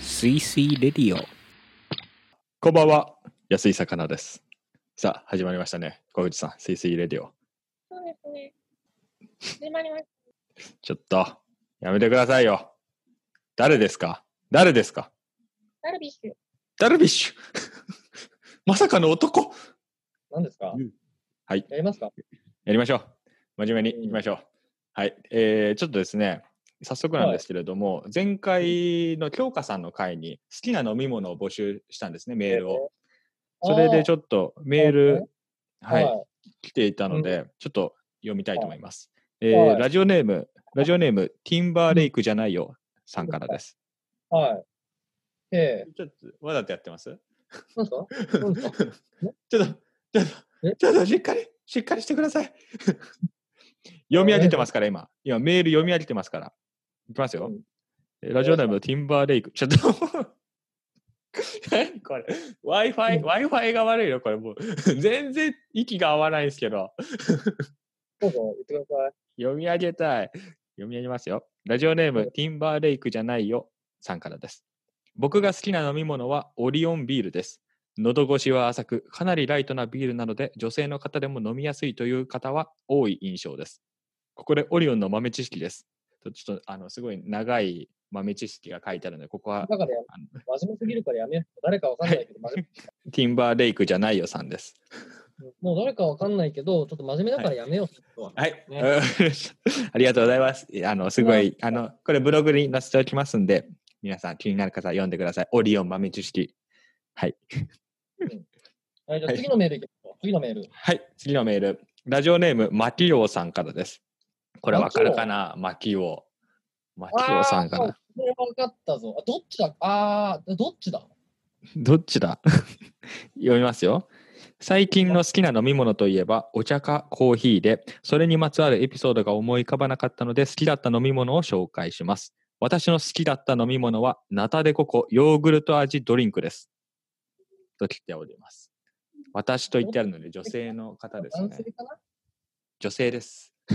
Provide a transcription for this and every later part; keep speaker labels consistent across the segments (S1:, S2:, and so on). S1: スイスイレディオ。
S2: こんばんは。安井魚です。さあ、始まりましたね。小口さん、スイスイレディオ。
S3: そうですね。始まりまし
S2: ちょっと、やめてくださいよ。誰ですか誰ですか
S3: た。ダルビッシュ。
S2: ダルビッシュ まさかの男
S4: 何ですか、
S2: うんはい
S4: やりますか
S2: やりましょう。真面目にいきましょう。はい。えー、ちょっとですね、早速なんですけれども、前回の京香さんの回に好きな飲み物を募集したんですね、メールを。それでち
S4: ょっ
S2: ょっとメール、はい、
S4: はい
S2: 来ていたので、ちょっと読みたいと思います。えー
S4: はい
S2: ラジオネーム、ラジオネーム、ティンバーレイクじゃないよさんからです。
S4: はい。ええ
S2: ちょっと、わざとやってます
S4: 何ですか
S2: ちょっ と、ちょっと、
S4: え
S2: ちょっとしっかり、しっかりしてください。 読み上げてますから、今。今、メール読み上げてますから。いきますよ。
S4: うん
S2: えーラジオネーム、ティンバーレイク。ちょっと。 何これ ?Wi-Fi、Wi-Fi が悪いよ、これもう。 全然息が合わないんですけど。
S4: どうぞ、言ってください。
S2: 読み上げたい。読み上げますよ。ラジオネーム、ティンバーレイクじゃないよさんからです。僕が好きな飲み物はオリオンビールです。喉越しは浅く、かなりライトなビールなので、女性の方でも飲みやすいという方は多い印象です。ここでオリオンの豆知識です。とちょっと、あの、すごい長い豆知識が書いてあるので、ここは
S4: だからや
S2: あの
S4: 真面目すぎるからやめよう。誰かわかんないけど、真面
S2: ティンバーレイクじゃないよさんです。
S4: 目もう誰かわかんないけど、ちょっと真面目だからやめよう。は
S2: はい、
S4: ね
S2: わかりました ありがとうございます。あの、すごい、あの、これブログに載せておきますんで、皆さん気になる方は読んでください。オリオン豆知識。はい。
S4: い、じゃあ次のメールいきましょう。次のメール。
S2: はい、次のメール。ラジオネーム、マキオさんからです。これわかるかなマキオ。マキオさんか
S4: あー
S2: な。
S4: これ分かったぞ。あどっちだあー、どっちだ
S2: どっちだ読みますよ。最近の好きな飲み物といえばお茶かコーヒーで、それにまつわるエピソードが思い浮かばなかったので好きだった飲み物を紹介します。私の好きだった飲み物はナタデココヨーグルト味ドリンクです。と来ております。私と言ってあるので女性の方です
S4: 男
S2: ね
S4: 性。かな
S2: 女性です。
S4: ち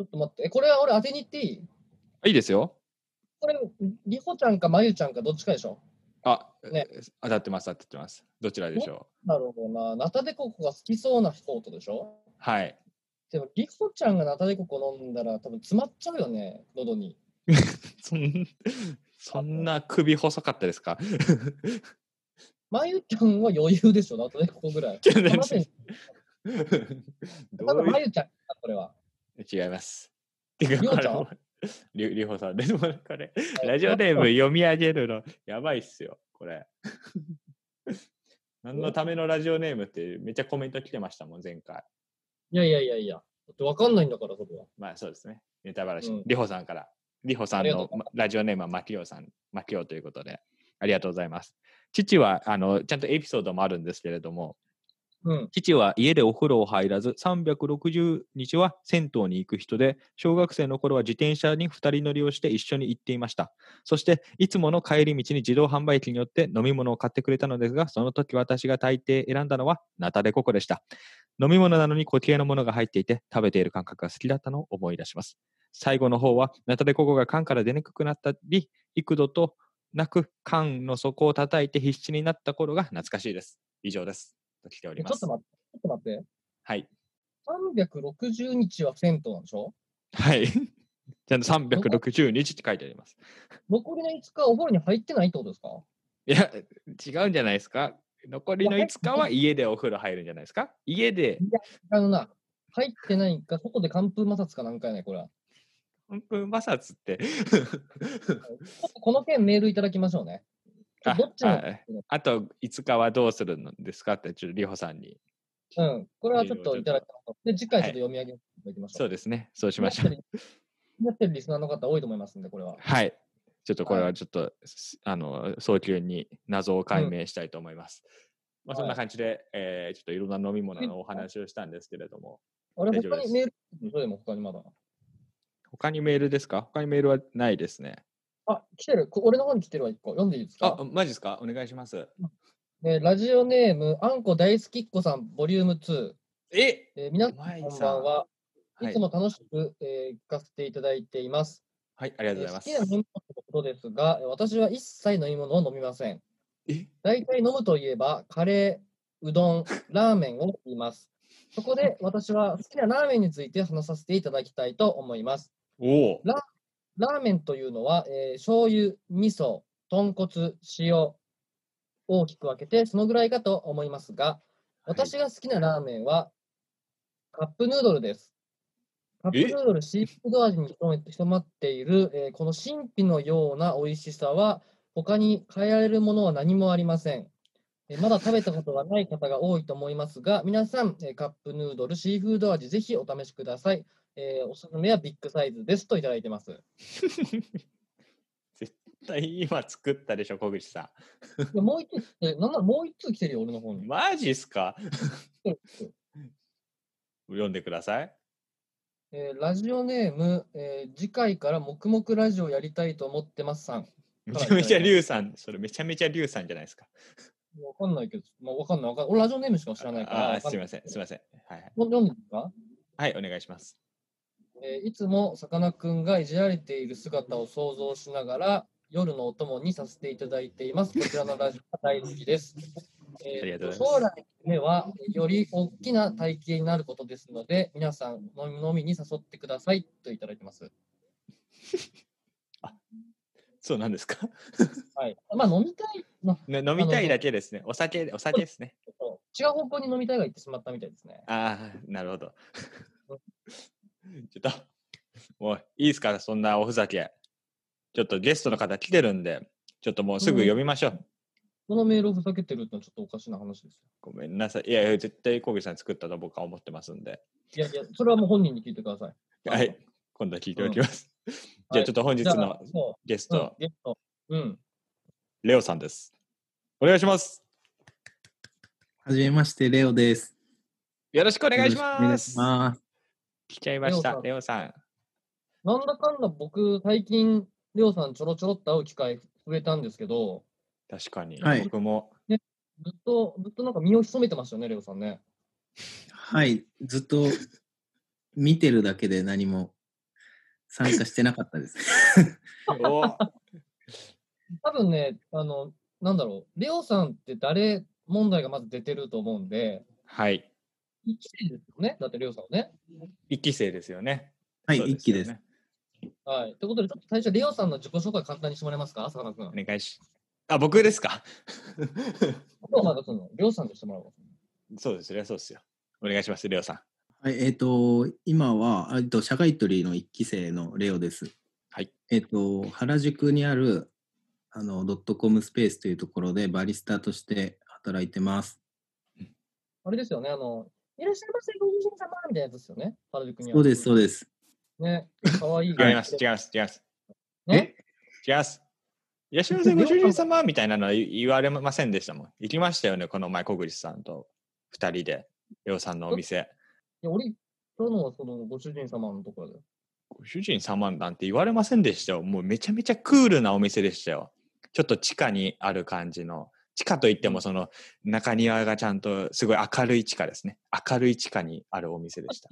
S4: ょっと待って。えこれは俺当てに行っていい
S2: いいですよ。
S4: これ、リコちゃんかまゆちゃんかどっちかでしょ
S2: あ、
S4: ね
S2: 当たってます、当たってます。どちらでしょ
S4: なるほどな。ナタデココが好きそうな人とでしょ
S2: う。はい。
S4: でも、リコちゃんがナタデココ飲んだら、多分詰まっちゃうよね、喉に。
S2: そんそんな首細かったですか
S4: まゆちゃんは余裕でしょ、ナタデココぐらい。
S2: 全
S4: ま
S2: 然
S4: だ
S2: どう
S4: ま
S2: いう
S4: ゆちゃんだ、これは。
S2: 違います。てか
S4: りょうちゃん
S2: こ れりゅりほさんです。でもこれ、 ラジオネーム読み上げるの、やばいっすよ、これ。 何のためのラジオネームってめっちゃコメント来てましたもん、前回。
S4: いやいやいやいや。だってわかんないんだから、それは。
S2: まあそうですね。ネタバラシ
S4: うん。
S2: りほさんから。りほさん
S4: ありがと
S2: の
S4: うござ
S2: ま
S4: い
S2: ラジオネームはマキオさん、マキオということで、ありがとうございます。父は、あの、ちゃんとエピソードもあるんですけれども、
S4: うん。
S2: 父は家でお風呂を入らず360日は銭湯に行く人で小学生の頃は自転車に2人乗りをして一緒に行っていましたそしていつもの帰り道に自動販売機によって飲み物を買ってくれたのですがその時私が大抵選んだのはナタデココでした飲み物なのに固形のものが入っていて食べている感覚が好きだったのを思い出します最後の方はナタデココが缶から出にくくなったり幾度となく缶の底を叩いて必死になった頃が懐かしいです以上ですと来ており
S4: ち
S2: ま
S4: ょっ
S2: す
S4: と待って、ちょっと待って。
S2: はい
S4: 360日は銭湯なんでしょ
S2: はい。 ちゃんと360日って書いてあります。
S4: 残りの5日はお風呂に入ってないってことですか
S2: いや、違うんじゃないですか。残りの5日は家でお風呂入るんじゃないですか。家で、
S4: あのな、入ってないか、外で寒風摩擦かなんかやね、これは。
S2: 寒風摩擦って。
S4: ちょっとこの件メールいただきましょうね。
S2: あ
S4: どっちの
S2: はいあと5日はどうするんですかって、ちょっとりほさんに。
S4: うん。これはちょっといただきましょう。で、次回ちょっと読み上げていただきましょう。
S2: そうですね。そうしましょ
S4: や
S2: う。
S4: ってる。やってるリスナーの方多いと思いますんで、これは。
S2: はい。ちょっとこれはちょっと、すあの、早急に謎を解明したいと思います。まあ、そんな感じで、えーちょっといろんな飲み物のお話をしたんですけれども、
S4: あれ、
S2: 大丈夫
S4: 他
S2: です
S4: にメール、それでも他にまだ。
S2: 他にメールですか他にメールはないですね。
S4: あ、来てる。こ俺の方に来てるわ、一個。読んでいいですか
S2: あ、マジですかお願いします。
S4: えーラジオネーム、あんこ大好きっ子さん、ボリューム2。
S2: え
S4: えー、皆さん、
S2: うまいさ
S4: こんばんは。
S2: はい
S4: いつも楽しく、えー聞かせていただいています。
S2: はい、ありがとうござい
S4: え
S2: ま
S4: ー好
S2: す
S4: きな。飲み物のことですが、えー私は一切飲み物を飲みません。
S2: え
S4: 大体飲むといえば、カレー、うどん、ラーメンを言います。そこで私は好きなラーメンについて話させていただきたいと思います。
S2: おお。
S4: ラーメンというのは、えー、醤油、味噌、豚骨、塩、大きく分けてそのぐらいかと思いますが、私が好きなラーメンは、カップヌードルです。カップヌードルシーフード味にひとめひとまっている、えーこの神秘のような美味しさは、他に変えられるものは何もありません。えーまだ食べたことがない方が多いと思いますが、皆さん、えーカップヌードルシーフード味、ぜひお試しください。えーおすすめはビッグサイズですといただいてます。
S2: 絶対今作ったでしょ、小口さ
S4: いやもう一通来て、なんならもう一通来てるよ、俺の方
S2: ん。
S4: に。
S2: マジっすか読んでください。
S4: えーラジオネーム、えー次回から黙々ラジオやりたいと思ってますさん。
S2: めちゃめちゃ龍さん、それめちゃめちゃ龍さんじゃないですか。
S4: わかんないけど、まあ、わかんないわかんない。俺ラジオネームしか知らないから。
S2: あ
S4: わ
S2: ー、
S4: か
S2: すい
S4: ない
S2: ません、すいません。はいはい、
S4: ほん読んでいいですか、
S2: はい、お願いします。
S4: えーいつもさかなクンがいじられている姿を想像しながら、夜のお供にさせていただいています。こちらのラジオが大好きです。えー
S2: ありがとうございます
S4: 将来の夢は、より大きな体型になることですので、皆さん飲み飲みに誘ってくださいといただいてます。
S2: そうなんですか、
S4: はい。まあ、飲みたい、まあ、
S2: ね、飲みたいだけですね。お酒、お酒ですね。
S4: ちょっと違う方向に飲みたいが行ってしまったみたいですね。
S2: ああ、なるほど。 ちょっと、もういいですから、そんなおふざけ。ちょっとゲストの方来てるんで、ちょっともうすぐ呼びましょう。
S4: このメールをふざけてるってのはちょっとおかしな話です
S2: ごめんなさい。いやいや、絶対小口さん作ったと僕は思ってますんで。
S4: よ。いやいや、それはもう本人に聞いてください。
S2: はい。今度は聞いておきます。 じゃあちょっと本日
S4: じゃあ
S2: の、
S4: そ
S2: ゲス
S4: う、う
S2: ト
S4: ん、、ゲスト。うん。
S2: レオさんです。お願いします。
S5: はじめまして、レオです。
S2: よろしくお
S5: お
S2: 願いします。
S5: ます。
S2: 来ちゃいました、レオさん。
S4: なんだかんだ僕、最近、りょうさんちょろちょろっと会う機会増えたんですけど、
S2: 確かに、
S5: はい
S2: 僕 も。
S4: ずっと、ずっとなんか身を潜めてましたよね、りょうさんね。
S5: はい、ずっと見てるだけで何も参加してなかっ たです。
S2: お
S4: 多分ね、あの、なんだろう、りょうさんって誰問題がまず出てると思うんで、
S2: はい。
S4: 生きてるんですよね、だってりょうさんはね。
S2: 一期生ですよね。
S5: はい、
S2: そう
S5: 一期です
S2: よ。ね
S4: はい。ということで、ちょっと最初、りょうさんの自己紹介簡単にしてもらえますか、さかなクン。
S2: お願いし。あ、僕ですか
S4: 今日まだその、りょうさんとしてもらおう。
S2: そうですね、そうですよ。お願いします、レオさん。
S5: はい、えっ、と、今は、えっと、社会取りの一期生のレオです。
S2: はい。
S5: えっ、と、原宿にある、あの、ドットコムスペースというところでバリスタとして働いてます。
S4: あれですよね、あの、いらっしゃいませ、ご主人様みたいなやつですよね、原宿には。
S5: そうです、そうです。
S4: ね、かわいい。
S2: 違います、違います、違います。
S4: ね
S2: 違います。いらっしゃいませ、ご主人様みたいなのは言言われませんでしたもん。行きましたよね、この前、小口さんと二人で、レオさんのお店。
S4: いや俺、今日のはそのご主人様のところで。
S2: ご主人様なんて言われませんでしたよ。もうめちゃめちゃクールなお店でしたよ。ちょっと地下にある感じの。地下といってもその中庭がちゃんとすごい明るい地下ですね。明るい地下にあるお店でした。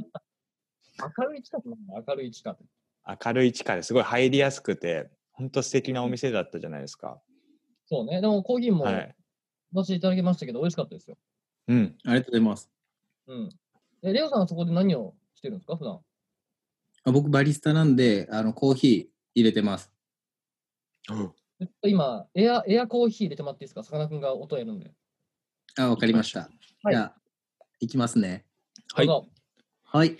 S4: 明るい近くなの明るい近く。
S2: 明るい地下ですごい入りやすくて、本当素敵なお店だったじゃないですか。
S4: そうね、でもコーヒーも
S2: は
S4: 出
S2: い。
S4: していただきましたけど、美味しかったですよ。
S2: うん。
S5: ありがとうございます。
S4: うん。え、レオさんはそこで何をしてるんですか、普段。
S5: あ僕、バリスタなんで、あの、コーヒー入れてます。
S4: ちょっと今、エア、エアコーヒー入れてもらっていいですか、さかなクンが音やるんで。
S5: あ、わかりました。
S4: はい
S5: じゃあ、いきますね。
S2: はい
S4: どうぞ
S5: はい。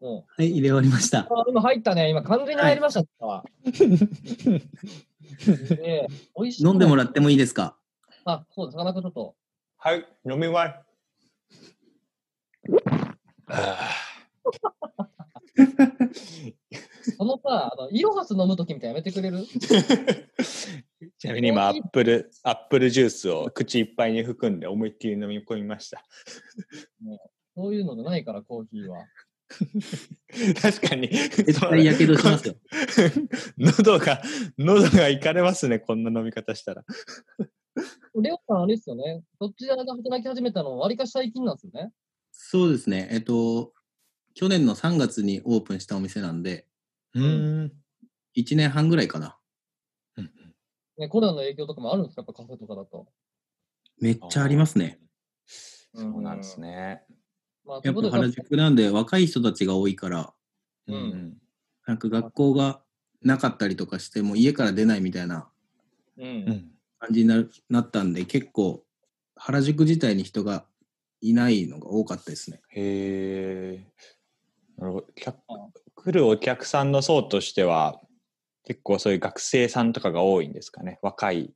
S4: もう
S5: はい、入れ終わりました。
S4: あ今入ったね、今完全に入りましたね。で美味しい
S5: 飲んでもらってもいいですか
S4: あ、そうです。なかなかちょっと。
S2: はい、飲み終わり。あ
S4: そのさ、あのイロハス飲むときみたいなやめてくれる
S2: ーちなみに今、アップル、アップルジュースを口いっぱいに含んで思いっきり飲み込みました。
S4: そういうのじゃないから、コーヒーは。
S2: 確かに。
S5: 絶対やけどしますよ。
S2: 喉が、喉がいかれますね、こんな飲み方したら。
S4: レオさん、あれですよね。そっちで働き始めたの、わりかし最近なんですよね。
S5: そうですね。えっと、去年の3月にオープンしたお店なんで、
S2: うーん。
S5: 1年半ぐらいかな。
S4: ねコロナの影響とかもあるんですかやっぱカフェとかだと。
S5: めっちゃありますね。。
S2: そうなんですね。
S4: まあ、とい
S5: や
S4: う
S5: っ
S4: こと
S5: ぱ
S4: で、
S5: 原宿なんで若い人たちが多いから、
S4: うん
S5: なんか学校がなかったりとかしても家から出ないみたいな
S4: う。
S2: うんん。
S5: 感じになるなったんで、結構原宿自体に人がいないのが多かったですね。
S2: へえ。なるほど。客来るお客さんの層としては、結構そういう学生さんとかが多いんですかね。若い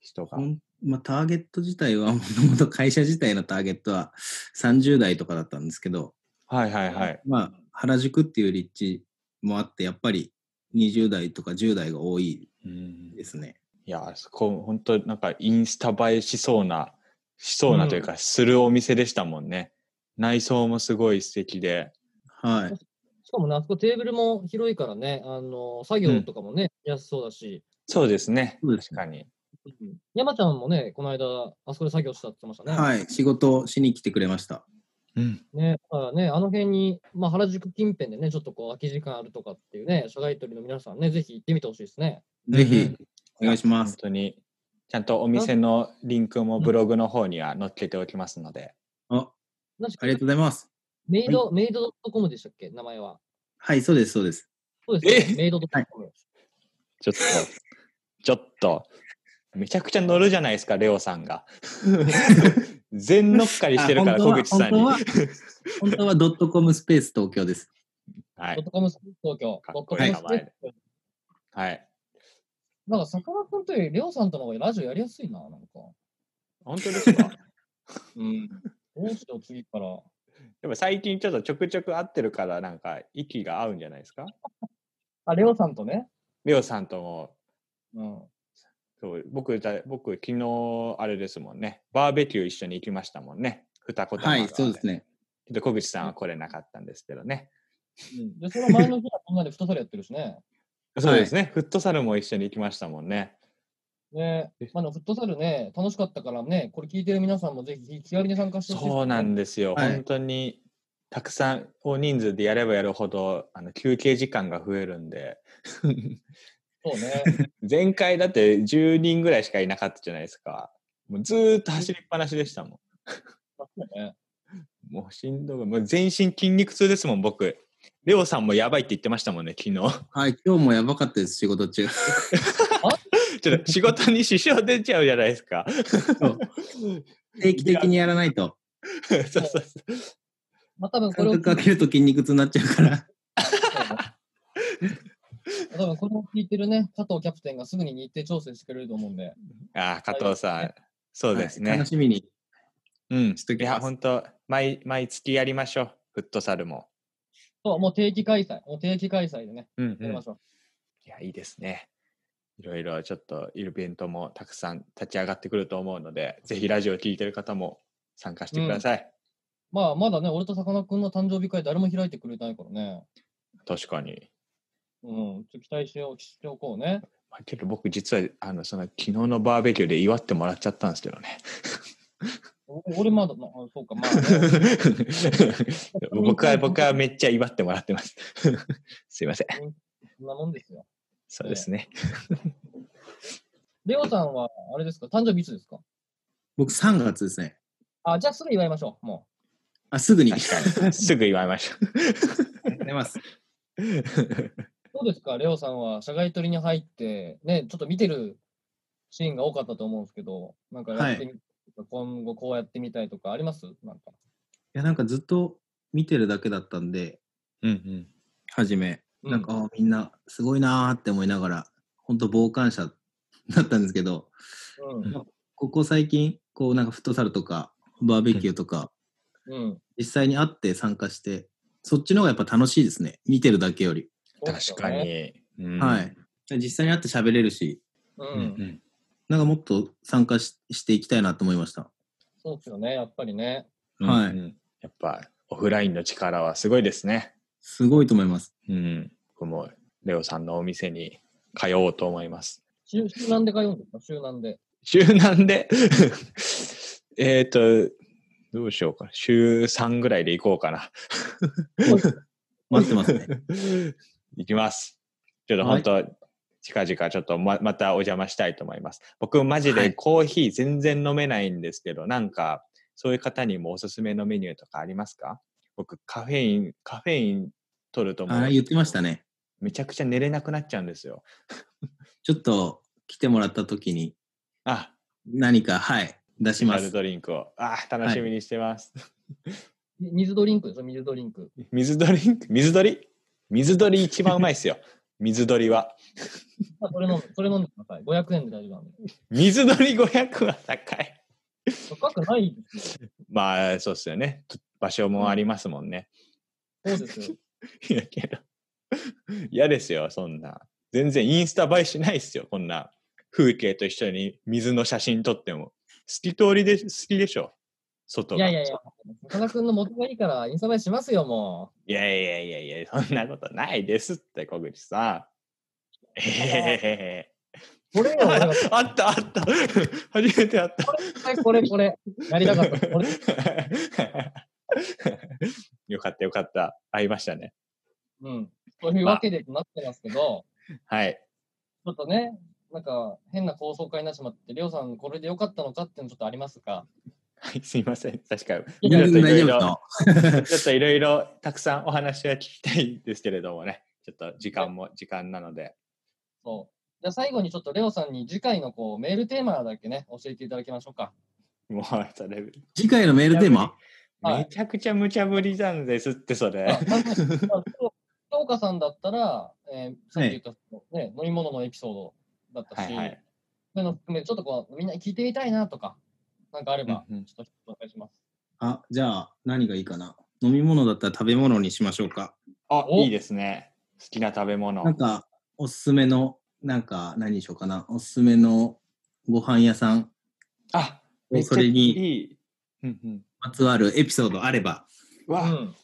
S2: 人が。
S5: ほんまあ、ターゲット自体は、も ともと会社自体のターゲットは30代とかだったんですけど、
S2: はいはいはい。
S5: まあ、原宿っていう立地もあって、やっぱり20代とか10代が多い
S2: うん
S5: ですね。
S2: いや、そこ、本当なんかインスタ映えしそうな、しそうなというか、するお店でしたもんね。内装もすごい素敵で。
S5: はい。
S4: しかもね、あそこテーブルも広いからね、あの作業とかもね、やすそうだし、
S2: そうですね。
S5: そうです
S2: 確かに。
S4: 山ちゃんもね、この間、あそこで作業したって言ってましたね。
S5: はい、仕事をしに来てくれました。
S2: うん。
S4: ね、だからね、あの辺に、まあ、原宿近辺でね、ちょっとこう空き時間あるとかっていうね、社外取りの皆さんね、ぜひ行ってみてほしいですね。
S5: ぜ
S2: う
S5: ひ
S2: ん、
S5: お願いしま
S2: 本
S5: す。
S2: 当に。ちゃんとお店のリンクもブログの方には載っけておきますので。
S5: あ、
S4: 確か
S5: ありがとうございます。
S4: メイド、メイド .com でしたっけ、名前は。
S5: はい、そうです、そうです。
S4: そうで
S2: え
S4: すね、メイド .com。
S2: ちょっと、ちょっと、めちゃくちゃ乗るじゃないですか、レオさん が。全乗っかりしてるから、
S5: あ
S2: 小口さんに。
S5: 本当は、本当はドットコムスペース東 京です。
S2: は
S4: ドッ
S2: い。
S4: トコム東京。
S2: か
S4: ド
S2: っ
S4: ット
S2: こ
S4: コ
S2: いい
S4: ム
S2: 名前ではい。
S4: なんか、坂田君というより、りょうさんとの方がラジオやりやすいな、なんか。
S2: 本当ですか
S4: うん。どうしよう、次から。
S2: でも最近ちょっとちょくちょく会ってるから、なんか息が合うんじゃないですか
S4: あ、レオさんとね。
S2: レオさんとも、
S4: うん。
S2: そう僕、だ僕、昨日、あれですもんね。バーベキュー一緒に行きましたもんね。二子玉
S5: は
S2: 川
S5: い、そうですね。
S2: ちょっと小口さんは来れなかったんですけどね。
S4: うん、で、その前の日はみんなで太さでやってるしね。
S2: そうですね。フットサルも一緒に行きましたもんね。
S4: ね
S2: え、
S4: まあ、でもフットサルね、楽しかったからね、これ聞いてる皆さんもぜひ気軽に参加してほしいですね
S2: そうなんですよ。
S5: はい
S2: 本当に、たくさん、大人数でやればやるほど、あの休憩時間が増えるんで。
S4: そうね。
S2: 前回だって10人ぐらいしかいなかったじゃないですか。もうずーっと走りっぱなしでしたも
S4: そうね
S2: ん。 もうしんどい。もう全身筋肉痛ですもん、僕。レオさんもやばいって言ってましたもんね、昨日。
S5: はい、今日もやばかったです、仕事中。
S2: ちょっと仕事に支障出ちゃうじゃないですか。
S5: 定期的にやらないと。
S2: そうそうそう。
S4: まあ、多分これ
S5: 感
S4: を
S5: 覚かけると筋肉痛になっちゃうから。
S4: 多分これを聞いてるね、加藤キャプテンがすぐに日程調整してくれると思うんで、
S2: ああ、加藤さん。そうです
S5: はい
S2: ね
S5: 楽。しみに。
S2: うん。
S5: しと
S2: い
S5: きます
S2: や、本当毎毎月やりましょう。フットサルも。
S4: そうもう定期開催、もう定期開催でね、
S2: うん、う
S4: やりま
S2: ん。
S4: しょう。
S2: いや、いいですね。いろいろちょっとイベントもたくさん立ち上がってくると思うので、ぜひラジオを聞いてる方も参加してください。
S4: まあ、まだね、俺とさかなクンの誕生日会、誰も開いてくれないからね、
S2: 確かに。
S4: うん、ちょっと期待しておしておこうね。
S2: まあけど僕実はあのその昨日のバーベキューで祝ってもらっちゃったんですけど ね。
S4: お俺まだな、あそうか、ま あ、ね、
S2: 僕は僕はめっちゃ祝ってもらってます。 すいません。
S4: そんなもんですよ。
S2: そうですね。
S4: レオさんは、あれですか、誕生日いつですか
S5: 僕3月ですね。
S4: あ、じゃあすぐ祝いましょう、も
S5: あ、すぐに。ありが
S2: 確かに。すぐ祝いましょ
S5: とうございます。
S2: う。
S4: う。どうですか、レオさんは、社外取りに入って、ね、ちょっと見てるシーンが多かったと思うんですけど、なんかやってみ、今後こうやってみたいとかありますなんか。
S5: いや、なんかずっと見てるだけだったんで、
S2: うんうん。
S5: はじめ。
S4: うん
S5: なんか、あみんなすごいなーって思いながら、本当傍観者だったんですけど、
S4: うん。
S5: ここ最近、こうなんかフットサルとか、バーベキューとか、
S4: うん。
S5: 実際に会って参加して、そっちの方がやっぱ楽しいですね。見てるだけより。
S2: 確かに。うん
S5: はい。。実際に会って喋れるし、
S4: う
S2: うん
S4: ん。
S2: うん
S5: なんかもっと参加ししていきたいなと思いました。
S4: そうですよね、やっぱりね。
S5: はい
S2: うんうんやっぱオフラインの力はすごいですね。
S5: すごいと思います。
S2: うん。僕もレオさんのお店に通おうと思います。
S4: 週週何で通うんですか週何 で。
S2: 週なんで えっと、どうしようか。週3ぐらいで行こうかな。
S5: 待ってますね。
S2: 行きます。ちょっと本当、近々ちょっとままたお邪魔したいと思います。僕、マジ
S5: は
S2: で
S5: い
S2: コーヒー全然飲めないんですけど、なんか、そういう方にもおすすめのメニューとかありますか僕、カフェイン、カフェイン取るとも
S5: ああ、言ってましたね。
S2: めちゃくちゃ寝れなくなっちゃうんですよ。
S5: ちょっと来てもらった時に
S2: あ、
S5: 何か、はい、出し
S2: マ
S5: ま
S2: ル
S5: す。
S2: ドリンクを。あ、楽しみにしてます。
S4: み水ドリンクですよ、水ドリンク。
S2: 水鳥水鳥水鳥一番うまいっす よ。水鳥は。
S4: あそれ飲んで、それ飲んでください。500円で大丈夫なんで。
S2: 水鳥500は高い。
S4: 高くないですよ。
S2: まあ、そうっすよね。場所もありますもんね。
S4: そうですよ。
S2: いやけど。嫌ですよ、そんな。全然インスタ映えしないっすよ、こんな。風景と一緒に水の写真撮っても。透き通りで、好きでしょ。外
S4: い
S2: が。
S4: やいやいや、岡田君の元がいいから、インスタ映えしますよ、も
S2: いやいやいやいや、そんなことないですって、小口さん。ええ
S4: う。これよ、俺が
S2: あったあった。初めてあった。
S4: はいこれ、これ。やりたかった。これ、
S2: よかったよかった。会いましたね。
S4: うん。というわけでなってますけど、
S2: はい。
S4: ちょっとね、なんか変な構想会になってしまって、りょうさん、これでよかったのかっていうのちょっとありますか
S2: はい、すいません。確かに。
S5: 全
S2: ちょっと
S5: 然
S2: いろ
S5: 大
S2: い
S5: 丈夫
S2: ろ
S5: ですよ。
S2: ちょっといろいろたくさんお話は聞きたいんですけれどもね、ちょっと時間も時間なので。
S4: そう。じゃあ最後にちょっとレオさんに次回のこうメールテーマだけね、教えていただきましょ うか。
S2: もうそれ、
S5: 次回のメールテーマ
S4: はい
S2: めちゃくちゃ無茶ぶりなんですって、それ。
S4: あまずまあ京香さんだったら、えーさっき言った、ね、飲み物のエピソードだった
S2: は
S4: し、
S2: いはい。
S4: そういうの含めてちょっとこうみんなに聞いてみたいなとか、なんかあれば、
S2: うんうん
S4: ちょっとお願いします。
S5: あ、じゃあ何がいいかな飲み物だったら食べ物にしましょうか。
S2: あ、
S4: お
S2: いいですね。好きな食べ物
S5: な。んか、おすすめの、なんか何にしようかな。おすすめのご飯屋さん、
S2: あ、めっち
S5: そ
S2: ゃい
S5: れに
S2: い。うんうん
S5: まつわるエピソードあれば、
S2: うわ、
S4: うん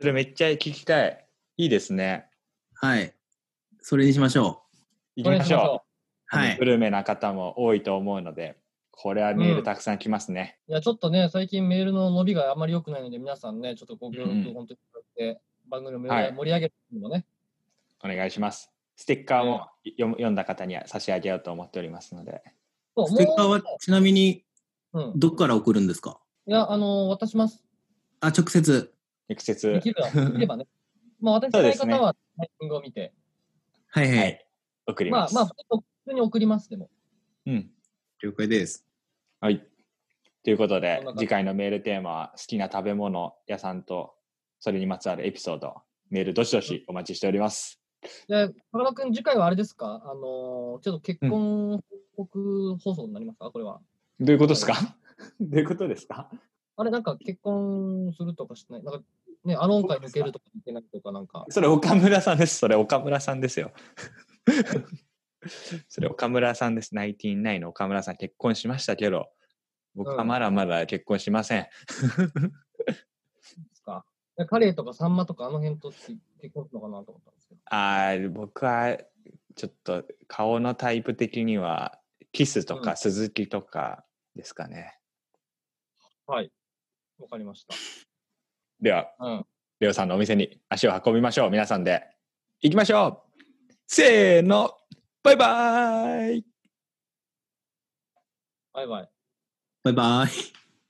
S2: それめっちゃ聞きたい。いいですね。
S5: はい。それにしましょ
S2: 行きましょう。
S4: こ
S5: う。はい
S2: グ。ルメな方も多いと思うので、これはメールたくさん来ますね。
S4: いや、ちょっとね、最近メールの伸びがあまり良くないので、皆さんね、ちょっとご協力
S2: うんうん
S4: 本当にいただいて、番組を
S2: は
S4: 盛
S2: い
S4: り上げるのもね、
S2: お願いします。ステッカーも読む読んだ方には差し上げようと思っておりますので。
S4: そう
S5: ステッカーはちなみに、
S4: もううん、
S5: どっから送るんですか
S4: いや、あの渡します。
S5: あ、直接。
S2: 直接。
S4: で きればできればね。まあ、私
S2: そ
S4: の
S2: う
S4: や
S2: で
S4: り
S2: す
S4: 方
S2: ね
S4: はタイミングを見て、
S5: はいはい。
S2: はい。送り
S4: ま
S2: ま
S4: あ
S2: す。
S4: まあ、普通に送ります、でも。
S2: うん。
S5: 了解です。
S2: はい。ということ
S4: そ
S2: で
S4: んな、感じ
S2: 次回のメールテーマは、好きな食べ物屋さんと、それにまつわるエピソード、メールどしどしお待ちしております。
S4: で、高田君、次回はあれですかあのちょっと結婚報告放送になりますか、これは。
S2: どういうことですかどういうことですか
S4: あれ、なんか結婚するとかしないなんか、ね、アローン会抜けるとかいけないとか、なんか。
S2: それ岡村さんです。それ岡村さんですよ。 それ岡村さんです。ナイティナインの岡村さん結婚しましたけど、僕はまだまだ結婚しません。
S4: ですか。でカレーとかサンマとかあの辺と結婚するのかなと思ったんですけど。
S2: あー僕はちょっと顔のタイプ的にはキスと
S4: う
S2: か
S4: ん
S2: 鈴木とかですかね。
S4: はい。わかりました。
S2: では、
S4: うん。
S2: レオさんのお店に足を運びましょう。皆さんで行きましょう。せーの、バイバーイ。
S4: バイバイ。
S5: バイバイ。